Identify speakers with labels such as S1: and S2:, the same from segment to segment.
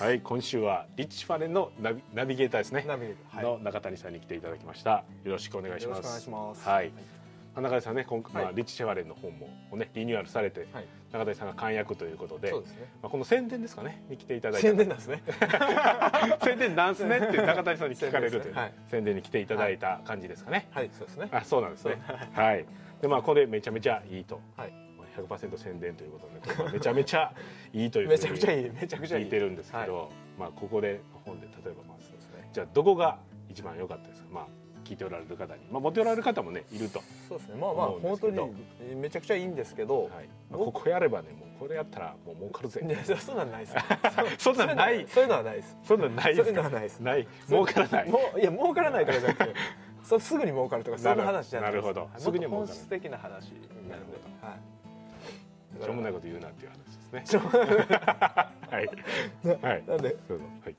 S1: はい、今週はリッチファレンのナビナビゲーターですね。
S2: ナビゲーターはい
S1: の中谷さんに来ていただきました。よろしくお願いし
S2: よろ
S1: ま
S2: しくお願い
S1: す。
S2: します。
S1: はい。中谷さんね、今まあ
S2: はい
S1: リッチファレンの本もをねリニューアルされて、
S2: はい。はい
S1: 中谷さんが完約ということで、
S2: そうですね。
S1: まあこの宣伝ですかねに来ていただいた。
S2: 宣伝なんですね。
S1: 宣伝なんすねって中谷さんに聞かれるという
S2: 宣伝ですねはい
S1: 宣伝に来ていただいた感じですかね。
S2: はい、そうですね。
S1: あ、そうなんですね。はい。でまあこれめちゃめちゃいいと。
S2: はい。
S1: 100%宣伝ということで、これはめちゃめちゃいいというふうに
S2: めちゃくちゃいい、めちゃくちゃいい。
S1: 聞いてるんですけど、
S2: は
S1: まあここで本で例えばまず
S2: そうですね。
S1: じゃあどこが一番良かったですかまあ聞いておられる方にまあ持っておられる方もねいると、
S2: そうですね。まあまあ
S1: 思うんで
S2: 本
S1: すけ
S2: 当
S1: ど
S2: にめちゃくちゃいいんですけど、
S1: はいまあ、ここやればねもうこれやったらもう儲かるぜ
S2: いやそうなんないです。
S1: そんなんない
S2: そういうのはないです。
S1: そんなんないで
S2: そうい
S1: す
S2: うの
S1: か
S2: はないです。
S1: ない儲からない
S2: もういや儲からないとかじゃなくて、そうすぐに儲かるとかそういう話じゃないです。
S1: なるほど
S2: はい
S1: すぐには儲
S2: も
S1: からない
S2: っと本質的な話になるので
S1: なる。
S2: はい。
S1: しょうもない
S2: い。
S1: こと言うなっていう話ですね
S2: しょうもない
S1: はいはい
S2: なんで
S1: そうそうはい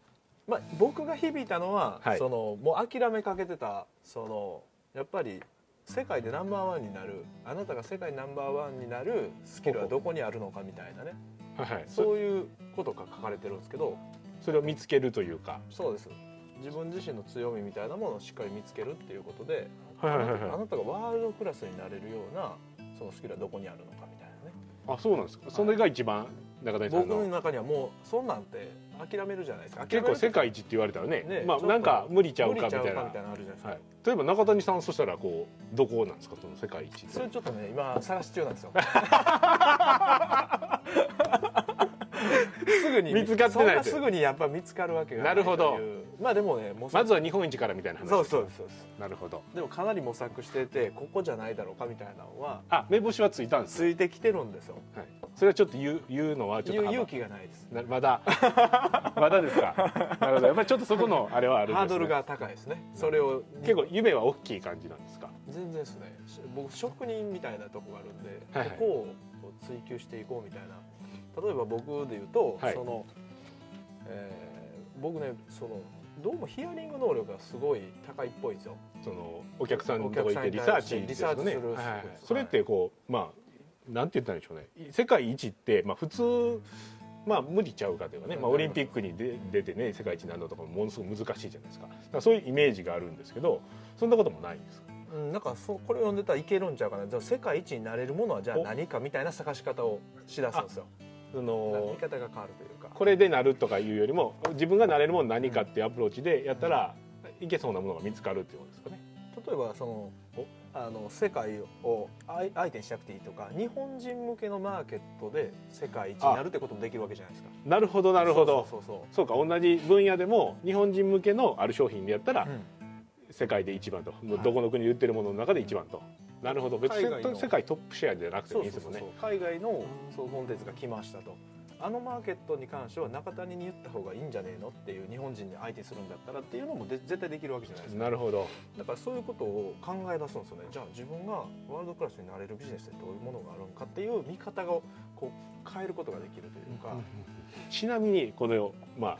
S2: まあ、僕が響いたのは、
S1: はい
S2: そのもう諦めかけてたそのやっぱり世界でナンバーワンになるあなたが世界ナンバーワンになるスキルはどこにあるのかみたいなね
S1: はいはいそ
S2: そういうことが書かれてるんですけど
S1: それを見つけるというか
S2: そうです自分自身の強みみたいなものをしっかり見つけるっていうことで
S1: はいはいはい
S2: あ
S1: はい
S2: なたがワールドクラスになれるようなそのスキルはどこにあるのかみたいなね
S1: あそうなんですかそれが一番中谷さん
S2: 僕の
S1: の
S2: 中にはもうそんなんて諦めるじゃないですか
S1: 結構世
S2: 諦め
S1: 界一って言われたらね
S2: ね
S1: まあ
S2: ちょっと
S1: なんか無理ちゃう
S2: る
S1: か
S2: 無
S1: み
S2: 理
S1: た
S2: ちゃうかみ
S1: い
S2: たいな
S1: な
S2: のあるじゃないですか、
S1: はい、例えば中谷さんそしたらこうどこなんですかその世界一
S2: それちょっとね今探し中なんですよ すぐに
S1: 見つかってない
S2: そんなすぐにやっぱ見つかるわけがい
S1: なるほど
S2: というまあでもね模索
S1: まずは日本一からみたいな話
S2: そうそうそうです
S1: なるほど
S2: でもかなり模索しててここじゃないだろうかみたいなのは
S1: あ目星はついたんです、
S2: ついてきてるんですよ
S1: はい、それはちょっと言う言うのはちょっと
S2: ゆ
S1: 幅
S2: 勇気がないです
S1: なまだまだですかなるほどやっぱりちょっとそこのあれはあるんです、ね、
S2: ハードルが高いですねそれを
S1: 結構夢は大きい感じなんですか
S2: 全然ですねし僕職人みたいなとこがあるんで、
S1: はいはい
S2: ここをこう追求していこうみたいな例えば僕で言うと、
S1: はい
S2: その、えー僕ねそのどうもヒアリング能力がすごい高いっぽいんですよ
S1: そのお客さんのとこ行っ
S2: お客さ
S1: て
S2: ん
S1: リ
S2: に対
S1: サー
S2: して
S1: チですよね
S2: リサーチす
S1: は
S2: る
S1: いはいはい
S2: そうです
S1: それってこうまあなんて言ったらいいんでしょうね世界一って、まあ、普通まあ無理ちゃうかというかね、まあ、オリンピックに出出てね世界一になるのとかもものすごく難しいじゃないですかだからそういうイメージがあるんですけどそんなこともないんですか
S2: うん、なんかそうこれを読んでたらいけるんちゃうかなじゃあ世界一になれるものはじゃあ
S1: お
S2: 何かみたいな探し方をしだすんですよ
S1: そ
S2: 見
S1: の
S2: 方が変わるというか
S1: これでなるとかいうよりも自分がなれるもの何かっていうアプローチでやったらいけそうなものが見つかるっていうことですかね。
S2: 例えばその
S1: お
S2: あの世界を相相手にしなくていいとか日本人向けのマーケットで世界一になるってこともできるわけじゃないですか
S1: なるほどなるほど
S2: そうそうそう
S1: そうか同じ分野でも日本人向けのある商品でやったら
S2: そう、
S1: 世界で一番と、
S2: い
S1: どこの国で売ってるものの中で一番と、なるほど別に
S2: 海外の
S1: 世界トップシェアじゃなくて
S2: そ
S1: も
S2: う
S1: いい
S2: そ
S1: で
S2: う
S1: す
S2: そ
S1: も
S2: うん
S1: ね
S2: 海外のそうコンテンツが来ましたとあのマーケットに関しては中谷に言った方がいいんじゃねえのっていう日本人に相手するんだったらっていうのもで絶対できるわけじゃないですか
S1: なるほど
S2: だからそういうことを考え出すんですよねじゃあ自分がワールドクラスになれるビジネスってどういうものがあるのかっていう見方をこう変えることができるというか、
S1: ちなみにこれをまあ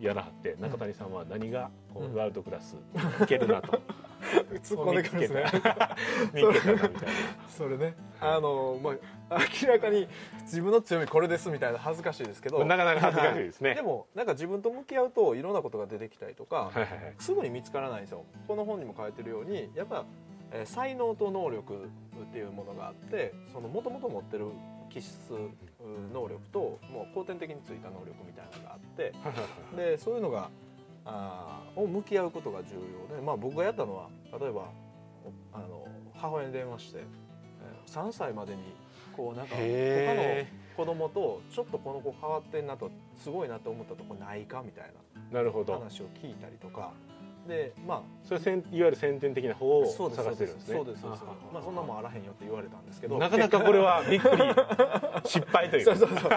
S1: やらはって中谷さんは何がこ
S2: うん
S1: うワールドクラスいけるなと
S2: 突
S1: 見 つけた見つけたなみたい
S2: それねあのまあ明らかに自分の強みこれですみたいな恥ずかしいですけど
S1: ななかなか恥ずかしいですね
S2: でもなんか自分と向き合うといろんなことが出てきたりとか、
S1: はいはいはい
S2: すぐに見つからないんですよこの本にも書いてるようにやっぱ、えー才能と能力っていうものがあってそのもともと持ってる気質う能力ともう後天的についた能力みたいなのがあってでそういうのがあーを向き合うことが重要で、まあ、僕がやったのは例えばおあの母親に電話してえー3歳までにこうなんか他の
S1: へ
S2: 子供とちょっとこの子変わってんなとすごいなと思ったとこないかみたい
S1: えなるほ
S2: な
S1: ど
S2: 話を聞いたりとかでまあ
S1: それせんいわゆる先天的な方
S2: そ
S1: を
S2: うです
S1: 探してるんですね
S2: そうですそうですそうですまあそんなもんあらへんよって言われたんですけど
S1: なかなかこれはびっくり失敗という
S2: そうそう そう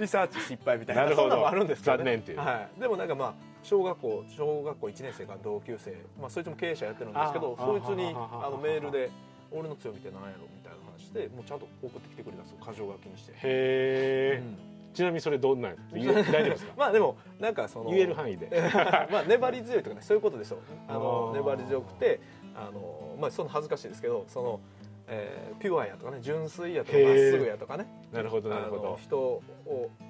S2: リサーチ失敗みたいな
S1: なるほど
S2: そんなんもあるんですけどね
S1: 残念っていう
S2: はい、でもなんかまあ小学校小学校1年生から同級生、まあ、そいつも経営者やってるんですけど
S1: あー
S2: そいつに
S1: あー
S2: あのメールで「俺の強みって何やろ?」みたいな話でもうちゃんと送ってきてくれたんですよ箇条書きにして、
S1: へえ、
S2: うん
S1: ちなみにそれどん なん言え大丈夫ですか
S2: まあでもなんかその
S1: 言える範囲で
S2: まあ粘り強いとかねそういうことですよあの
S1: あー
S2: 粘り強くてあの、まあ、その恥ずかしいですけどそのえーピュアやとかね純粋やとかまっすぐやとかね
S1: なるほどなるほ
S2: あの
S1: ど
S2: 人を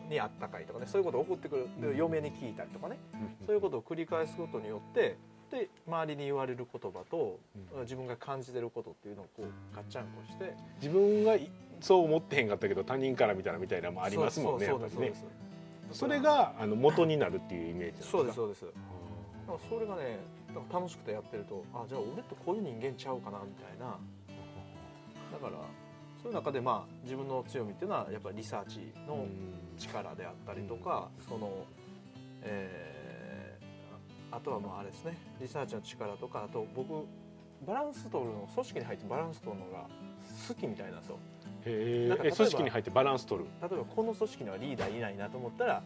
S2: にあったかいとかねそういうことを送ってくる、
S1: うん
S2: 嫁に聞いたりとかね
S1: うん
S2: そういうことを繰り返すことによってで周りに言われる言葉と、
S1: うん
S2: 自分が感じてることっていうのをこうガッチャンコして
S1: 自分はいそう思ってへんかったけど他人から見たらみたいなのもありますもんね
S2: そ
S1: や
S2: う
S1: っ
S2: そ
S1: ぱ
S2: う
S1: り
S2: そうで
S1: ね
S2: す
S1: それがあの元になるっていうイメージなんですか
S2: そうですそうですそうです
S1: あ
S2: だからそれがねだから楽しくてやってるとあじゃあ俺ってこういう人間ちゃうかなみたいなだからそういう中でまあ自分の強みっていうのはやっぱりリサーチ
S1: ーう
S2: の
S1: ん
S2: 力であったりとか、その、えーああとはまああれですねリサーチの力とかあと僕バランス取るの組織に入ってバランス取るのが好きみたいなんですよ
S1: へ
S2: な
S1: ー
S2: んか例
S1: え
S2: えば
S1: 組織に入ってバランス取る
S2: 例えばこの組織にはリーダーいないなと思ったら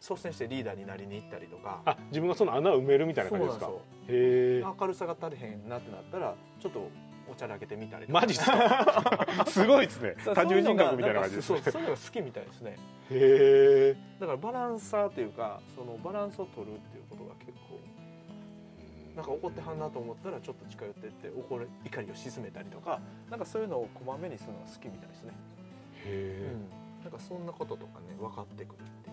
S2: 率先してリーダーになりに行ったりとか
S1: あ自分がその穴を埋めるみたいな
S2: そう
S1: 感
S2: な
S1: じで
S2: んですす
S1: か
S2: よ
S1: へえ
S2: 明るさが足りへんなってなったらちょっとおちゃらけてみたりとか
S1: マジっすか すごいですね
S2: そう
S1: 多重人格みたいな感じです
S2: そう
S1: ね
S2: いうのがなんかそうそういうのが好きみたいですね
S1: へえ
S2: だからバランサーというかそのバランスを取るっていうことが結構なんか怒ってはんなと思ったらちょっと近寄ってって怒る怒りを鎮めたりとかなんかそういうのをこまめにするのが好きみたいですね、
S1: へえ
S2: うん、なんかそんなこととかね分かってくるってい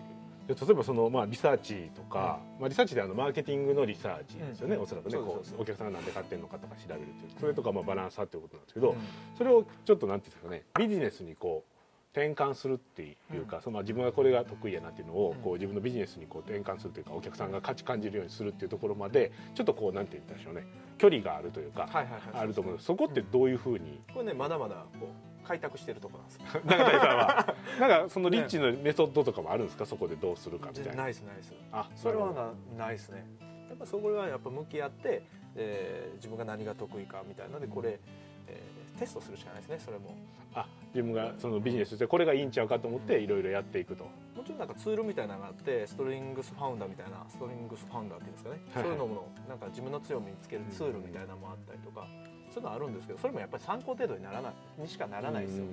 S1: で
S2: う
S1: 例えばその、まあ、リサーチとか、まあ、リサーチであのマーケティングのリサーチですよね、
S2: うん
S1: おそらくね
S2: そうです
S1: こ
S2: そう
S1: うお客さんが何で買ってるのかとか調べるっていうそれとかまあバランサーっていうことなんですけど、
S2: うん
S1: それをちょっとなんていうんですかねビジネスにこう転換するっていうか、
S2: うん
S1: そのまあ自分がこれが得意やなっていうのを、
S2: うん
S1: こう自分のビジネスにこう転換するというかお客さんが価値感じるようにするっていうところまでちょっとこうなんて言ったんでしょうね距離があるというか、
S2: はいはいはい
S1: あると思うんですそこってどういうふうに、
S2: これねまだまだこう開拓してるとこな んですよ
S1: 中谷さん はなんかそのリッチのメソッドとかもあるんですかそこでどうするかみたいな。
S2: ナイスナイス
S1: あ
S2: それ
S1: な
S2: は
S1: るほど
S2: なないですねやっぱそこはやっぱ向き合って、えー自分が何が得意かみたいなのでこれ、えーテストするしかないですねそれも
S1: あ自分がそのビジネスとしてこれがいいんちゃうかと思っていろいろやっていくと、
S2: もちろんなんかツールみたいなのがあってストリングスファウンダーみたいなストリングスファウンダーっていうんですかね、
S1: はいはい
S2: そういうのもなんか自分の強みにつけるツールみたいなのもあったりとか、そういうのあるんですけどそれもやっぱり参考程度にならないにしかならないですよ、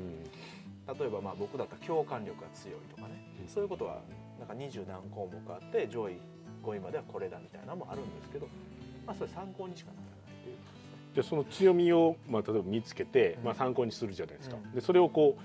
S2: 例えばまあ僕だったら共感力が強いとかね
S1: うん
S2: そういうことはなんか二十何項目あって上位5位まではこれだみたいなのもあるんですけど、まあ、それ参考にしかならないという
S1: じゃあその強みを、まあ、例えば見つけて、
S2: うん
S1: まあ、参考にするじゃないですか、
S2: うん
S1: でそれをこ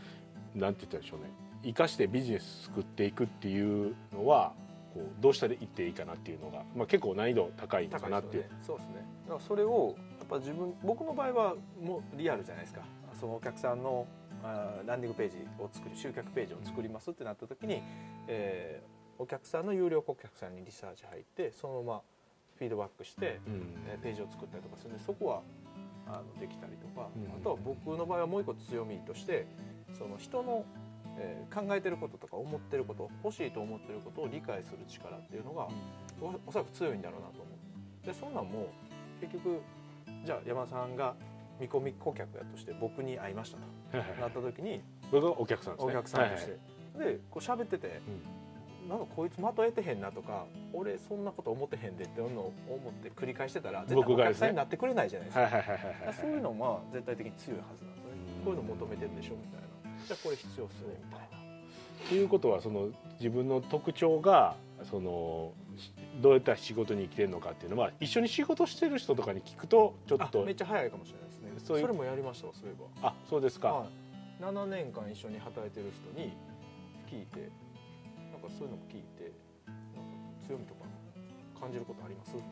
S1: うなんて言ったらいいんでしょうね生かしてビジネス作っていくっていうのはこうどうしたらいっていいかなっていうのが、まあ、結構難易度高いのかなっていう、
S2: 高いですよねそうですねだからそれをやっぱ自分僕の場合はもうリアルじゃないですかそのお客さんのあーランディングページを作る集客ページを作りますってなった時に、えーお客さんの有料顧客さんにリサーチ入ってそのままフィードバックして、
S1: うん
S2: えーページを作ったりとかするんでそこはあのできたりとか、
S1: うん
S2: あとは僕の場合はもう一個強みとしてその人の、えー考えてることとか思ってること欲しいと思ってることを理解する力っていうのが、おおそらく強いんだろうなと思うでそんなんも結局じゃあ山田さんが見込み顧客やとして僕に会いました
S1: はいはい
S2: となった時に
S1: それがお客さんです
S2: お
S1: ね
S2: 客さんとし
S1: はい
S2: て、でこう喋ってて、なんかこいつまとえてへんなとか俺そんなこと思ってへんでっていうのを思って繰り返してたら絶対
S1: 僕
S2: お
S1: が
S2: 客
S1: です
S2: さ
S1: ね
S2: んになってくれないじゃないですか
S1: はいはいはいはいはい
S2: そういうのは絶対的に強いはずなんですね
S1: うん
S2: こういうの求めてるでしょみたいなじゃあこれ必要っすねみたいな
S1: ということはその自分の特徴がそのしどうやったら仕事に生きてるのかっていうのは一緒に仕事してる人とかに聞くとちょっ
S2: あ
S1: と
S2: めっちゃ早いかもしれないですねそ
S1: そういう
S2: れもやりましたわそういえば
S1: あそうですか、
S2: はい、7年間一緒に働いてる人に聞いてなんかそういうのも聞いてなんか強みとか感じることありますみたい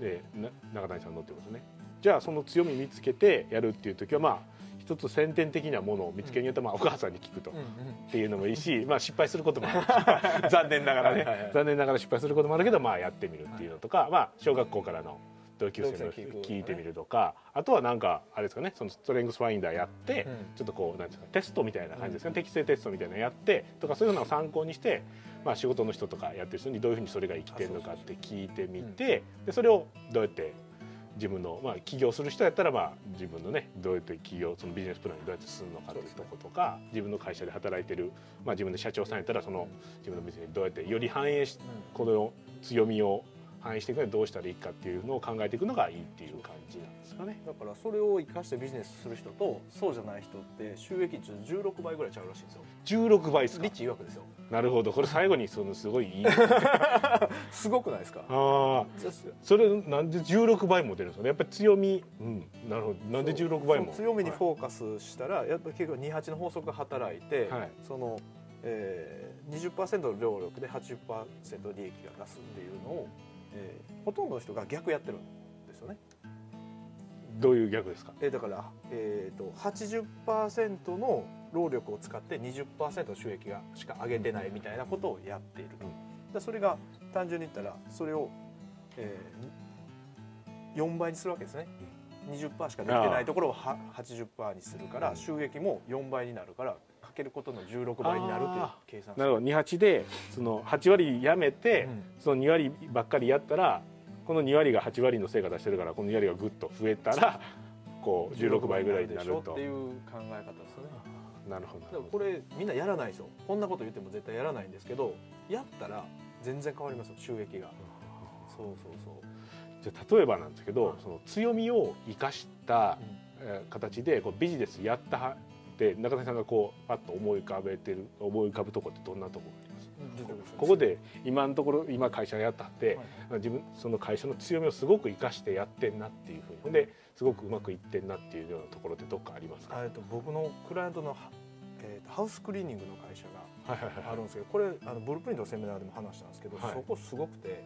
S1: でな中谷さんのってことですねじゃあその強み見つけてやるっていう時はまあ一つ先天的なものを見つけによってまあお母さんに聞くと、
S2: な、
S1: っていうのもいいし、まあ、失敗することもあ るし残念ながらね、
S2: はいはいはい
S1: 残念ながら失敗することもあるけど、まあ、やってみるっていうのとか、まあ、小学校からの同級生
S2: 同
S1: の
S2: 級生に聞くとかね
S1: 聞いてみるとかあとはなんかあれですかねそのストレングスファインダーやって、
S2: うん
S1: ちょっとこうなんていうんですかテストみたいな感じですかね、適正テストみたいなのやってとかそういうのを参考にして、まあ、仕事の人とかやってる人にどういうふうにそれが生きてるのかって聞いてみてでそれをどうやって自分の、まあ、起業する人やったら、まあ、自分のねどうやって起業そのビジネスプランにどうやって進むのかというとことか、自分の会社で働いてる、まあ、自分の社長さんやったらその自分のビジネスにどうやってより反映しこの強みを反映していくにはどうしたらいいかっていうのを考えていくのがいいっていう感じなんですかね。
S2: だからそれを生かしてビジネスする人とそうじゃない人って収益率16倍ぐらいちゃうらしいんですよ
S1: 16倍ですか
S2: リッチ曰くですよ
S1: なるほどこれ最後にそのすごいいい
S2: すごくないですか
S1: ああ
S2: ですよ
S1: それなんで16倍も出るんですかねやっぱり強みうんなるほどなんで16倍も
S2: そう強みに
S1: はい
S2: フォーカスしたら、やっぱり結局28の法則が働いて、
S1: はい
S2: その、えー、20%の労力で80%利益が出すっていうのを、えーほとんどの人が逆やってるんですよね、
S1: どういう逆ですか
S2: えーだから、えー、と80%の労力を使って20%の収益がしか上げてないみたいなことをやっていると、
S1: うん
S2: だからそれが単純に言ったらそれを、え4倍にするわけですね20%しかできてないところをは80%にするから収益も4倍になるからかけることの16倍になるという
S1: あ
S2: 計算
S1: なるほど28でその8割やめて、
S2: うん
S1: その2割ばっかりやったらこの2割が8割の成果出してるからこの2割がぐっと増えたらこう16倍ぐらいになる
S2: でしょっ
S1: と
S2: ていう考え方ですよね
S1: なるほどな
S2: で
S1: る
S2: も
S1: ほ
S2: これみんなやらないですよこんなこと言っても絶対やらないんですけどやったら全然変わりますよ収益がそうそうそう
S1: どじゃあ例えばなんですけど、
S2: はい
S1: その強みを生かした、えー形でこうビジネスやったはって中谷さんがこうパッと思い浮かべてる思い浮かぶとこってどんなところあります
S2: 出てくる
S1: ここで今のところ今会社やったって、
S2: はい
S1: 自分その会社の強みをすごく生かしてやってんなっていうふうにほんですごくうまくいってんなっていうようなところってどっかありますか、
S2: えっと僕のクライアントのは、えーとハウスクリーニングの会社
S1: はいはい
S2: が
S1: は
S2: あ
S1: い
S2: るんですけどこれあのブループリントのセミナーでも話したんですけど、
S1: はい
S2: そこすごくて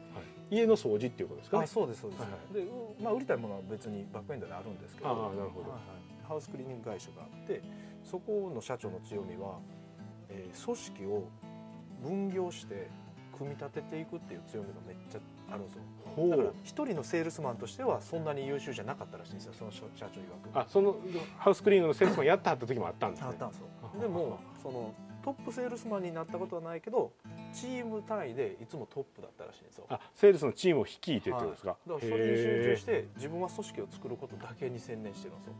S1: 家の掃除っていうことですかね
S2: あそうですそうです、
S1: はい
S2: でうまあ売りたいものは別にバックエンドであるんですけど
S1: ああなるほど
S2: はいはいハウスクリーニング会社があってそこの社長の強みは、えー組織を分業して組み立てていくっていう強みがめっちゃあるんですよ
S1: ほ
S2: だから
S1: う
S2: 一人のセールスマンとしてはそんなに優秀じゃなかったらしいんですよその社社長曰く
S1: あそのハウスクリーニングのセールスマンやったって時もあったんです
S2: あ
S1: ね
S2: ったんですよ
S1: あ
S2: でもそのトップセールスマンになったことはないけどチーム単位でいつもトップだったらしいんですよ
S1: あセールスのチームを率いてってことですか、
S2: だからそれに集中し
S1: へ
S2: て自分は組織を作ることだけに専念してるんですよ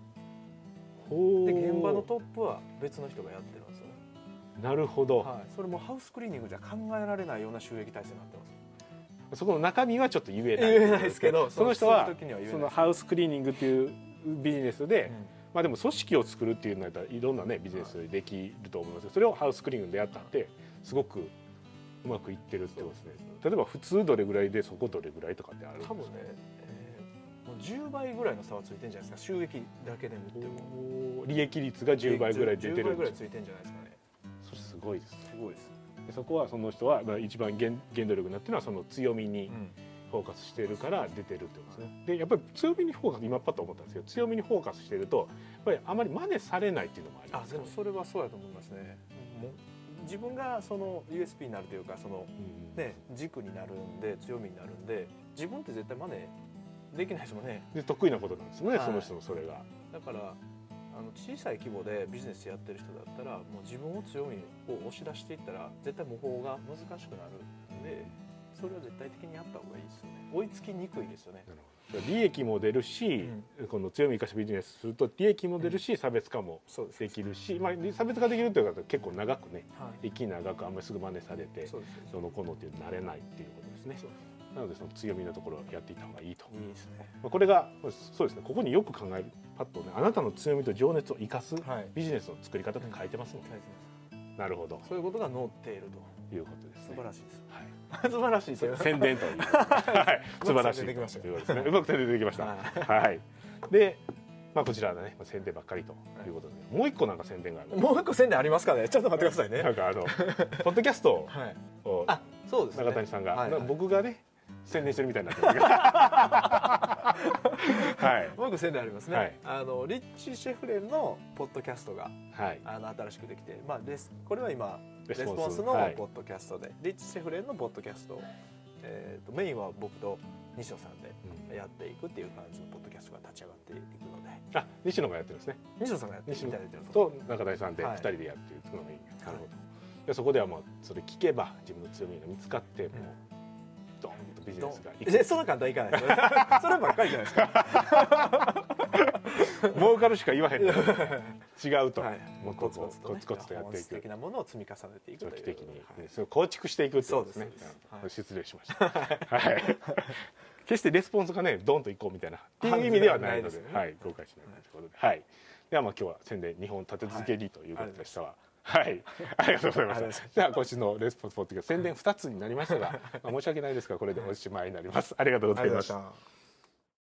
S1: ーほう
S2: で現場のトップは別の人がやってるんですよね、
S1: なるほど、
S2: はい、それもハウスクリーニングじゃ考えられないような収益体制になってます
S1: そこの中身はちょっと言えない
S2: 言えないですけど
S1: その人は
S2: そういう時には言えないです
S1: そのハウスクリーニングっていうビジネスで、
S2: うん
S1: まあでも組織を作るっていうのやったらいろんなねビジネスできると思いますけどそれをハウスクリーニングでやったってすごくうまくいってるってことですね例えば普通どれぐらいでそこどれぐらいとかってあるんです
S2: 多
S1: か
S2: 分ね、えーもう10倍ぐらいの差はついてんじゃないですか収益だけで見ても
S1: おー利益率が10倍ぐらい出て
S2: 10倍
S1: るん
S2: ぐらい
S1: です
S2: ついてんじゃないですかね
S1: それすごいですね
S2: すごいです、
S1: でそこはその人はまあ一番原原動力になってるのはその強みにフォーカスしてるから出てるってことですねでやっぱり強みにフォーカス今パッと思ったんですけど強みにフォーカスしてるとやっぱりあまり真似されないっていうのもあり
S2: あ
S1: ます
S2: で
S1: よね
S2: もそれはそうやと思いますねもう自分がその USP になるというかその、
S1: うん
S2: ね、軸になるんで強みになるんで自分って絶対真似できないですもんね
S1: で得意なことなんですもんね、
S2: はい
S1: その人のそれが
S2: だからあの小さい規模でビジネスやってる人だったらもう自分を強みを押し出していったら絶対模倣が難しくなるんでそれは絶対的にやった方がいいですよね追いつきにくいですよね
S1: なるほど利益も出るし、この強み生かしビジネスすると利益も出るし、差別化も
S2: そうで
S1: できるし、まあ、差別化できるというか結構長くね
S2: はい
S1: 息長くあんまりすぐ真似されて
S2: そうですよね
S1: どのこうのっていう慣れないっていうことですね
S2: そう
S1: なのでその強みのところをやっていった方がいいと、
S2: いいですね
S1: まあ、これがそうですねここによく考えるパッとねあなたの強みと情熱を生かす
S2: はい
S1: ビジネスの作り方って書いてますもんね、なるほど
S2: そういうことが載っていると
S1: ということです
S2: 素
S1: ね
S2: 晴らしいです
S1: はい
S2: 素晴らしいです よ
S1: 宣伝という、はい、 素晴らしい
S2: 宣伝できました
S1: ということですねうまく宣伝できましたはいで、まあ、こちらのねまあ宣伝ばっかりということで、もう一個なんか宣伝がある
S2: もう一個宣伝ありますかねちょっと待ってください
S1: な
S2: ね
S1: んかあのポッドキャスト
S2: はい
S1: を
S2: あそうですね
S1: 中谷さんが、
S2: はいはい
S1: な僕がね宣伝してるみたいになってますけど はい
S2: もう一個宣伝ありますね、
S1: はい
S2: あのリッチー・シェフレンのポッドキャストが
S1: はい
S2: あの新しくできて、まあ、レスこれは今
S1: レ
S2: レ
S1: ス
S2: ス
S1: ポンス
S2: ポンスの
S1: はい
S2: ポッドキャストで、リッチ・シェフレンのポッドキャストを、えー、とメインは僕と西野さんで
S1: うん
S2: やっていくっていう感じのポッドキャストが立ち上がっていくので
S1: あ西野がやってるんですね
S2: 西野さんがやっていただいてると
S1: と中谷さんで
S2: はい
S1: 二人でやってるのがいい、なるほ
S2: は
S1: どでそこではもうそれ聞けば自分の強みが見つかってもう、ドーンとビジネスがいく
S2: えそんな簡単いかないですよね そればっかりじゃないですか
S1: 儲かるしか言わへんの違 うと、
S2: はい
S1: もう
S2: コ
S1: こう
S2: ツコツと、ね、
S1: コツコツとやってい
S2: 本質的
S1: く
S2: なものを積み重ねていく
S1: 長
S2: と
S1: 期
S2: いう
S1: 的に、
S2: はい
S1: それを構築していくってことですね
S2: そうですそうです
S1: うん
S2: はい
S1: 失礼しましたはい決してレスポンスがねドンといこうみたいなっていう意味
S2: はい
S1: ではないので
S2: ないですよね
S1: はい、誤解しないということで、はい、ではまあ今日は宣伝2本立て続けにということでしたわ、はいはい、ありがとうございま
S2: ありがとうござ
S1: し。
S2: いました
S1: では、今週の レスポンスポッドキャスト宣伝二つになりましたが、まあ、申し訳ないですが、これでおしまいになります。ありがとうご
S2: あ
S1: ざ
S2: り
S1: い
S2: がとうござい
S1: ま
S2: ま
S1: し。
S2: したた。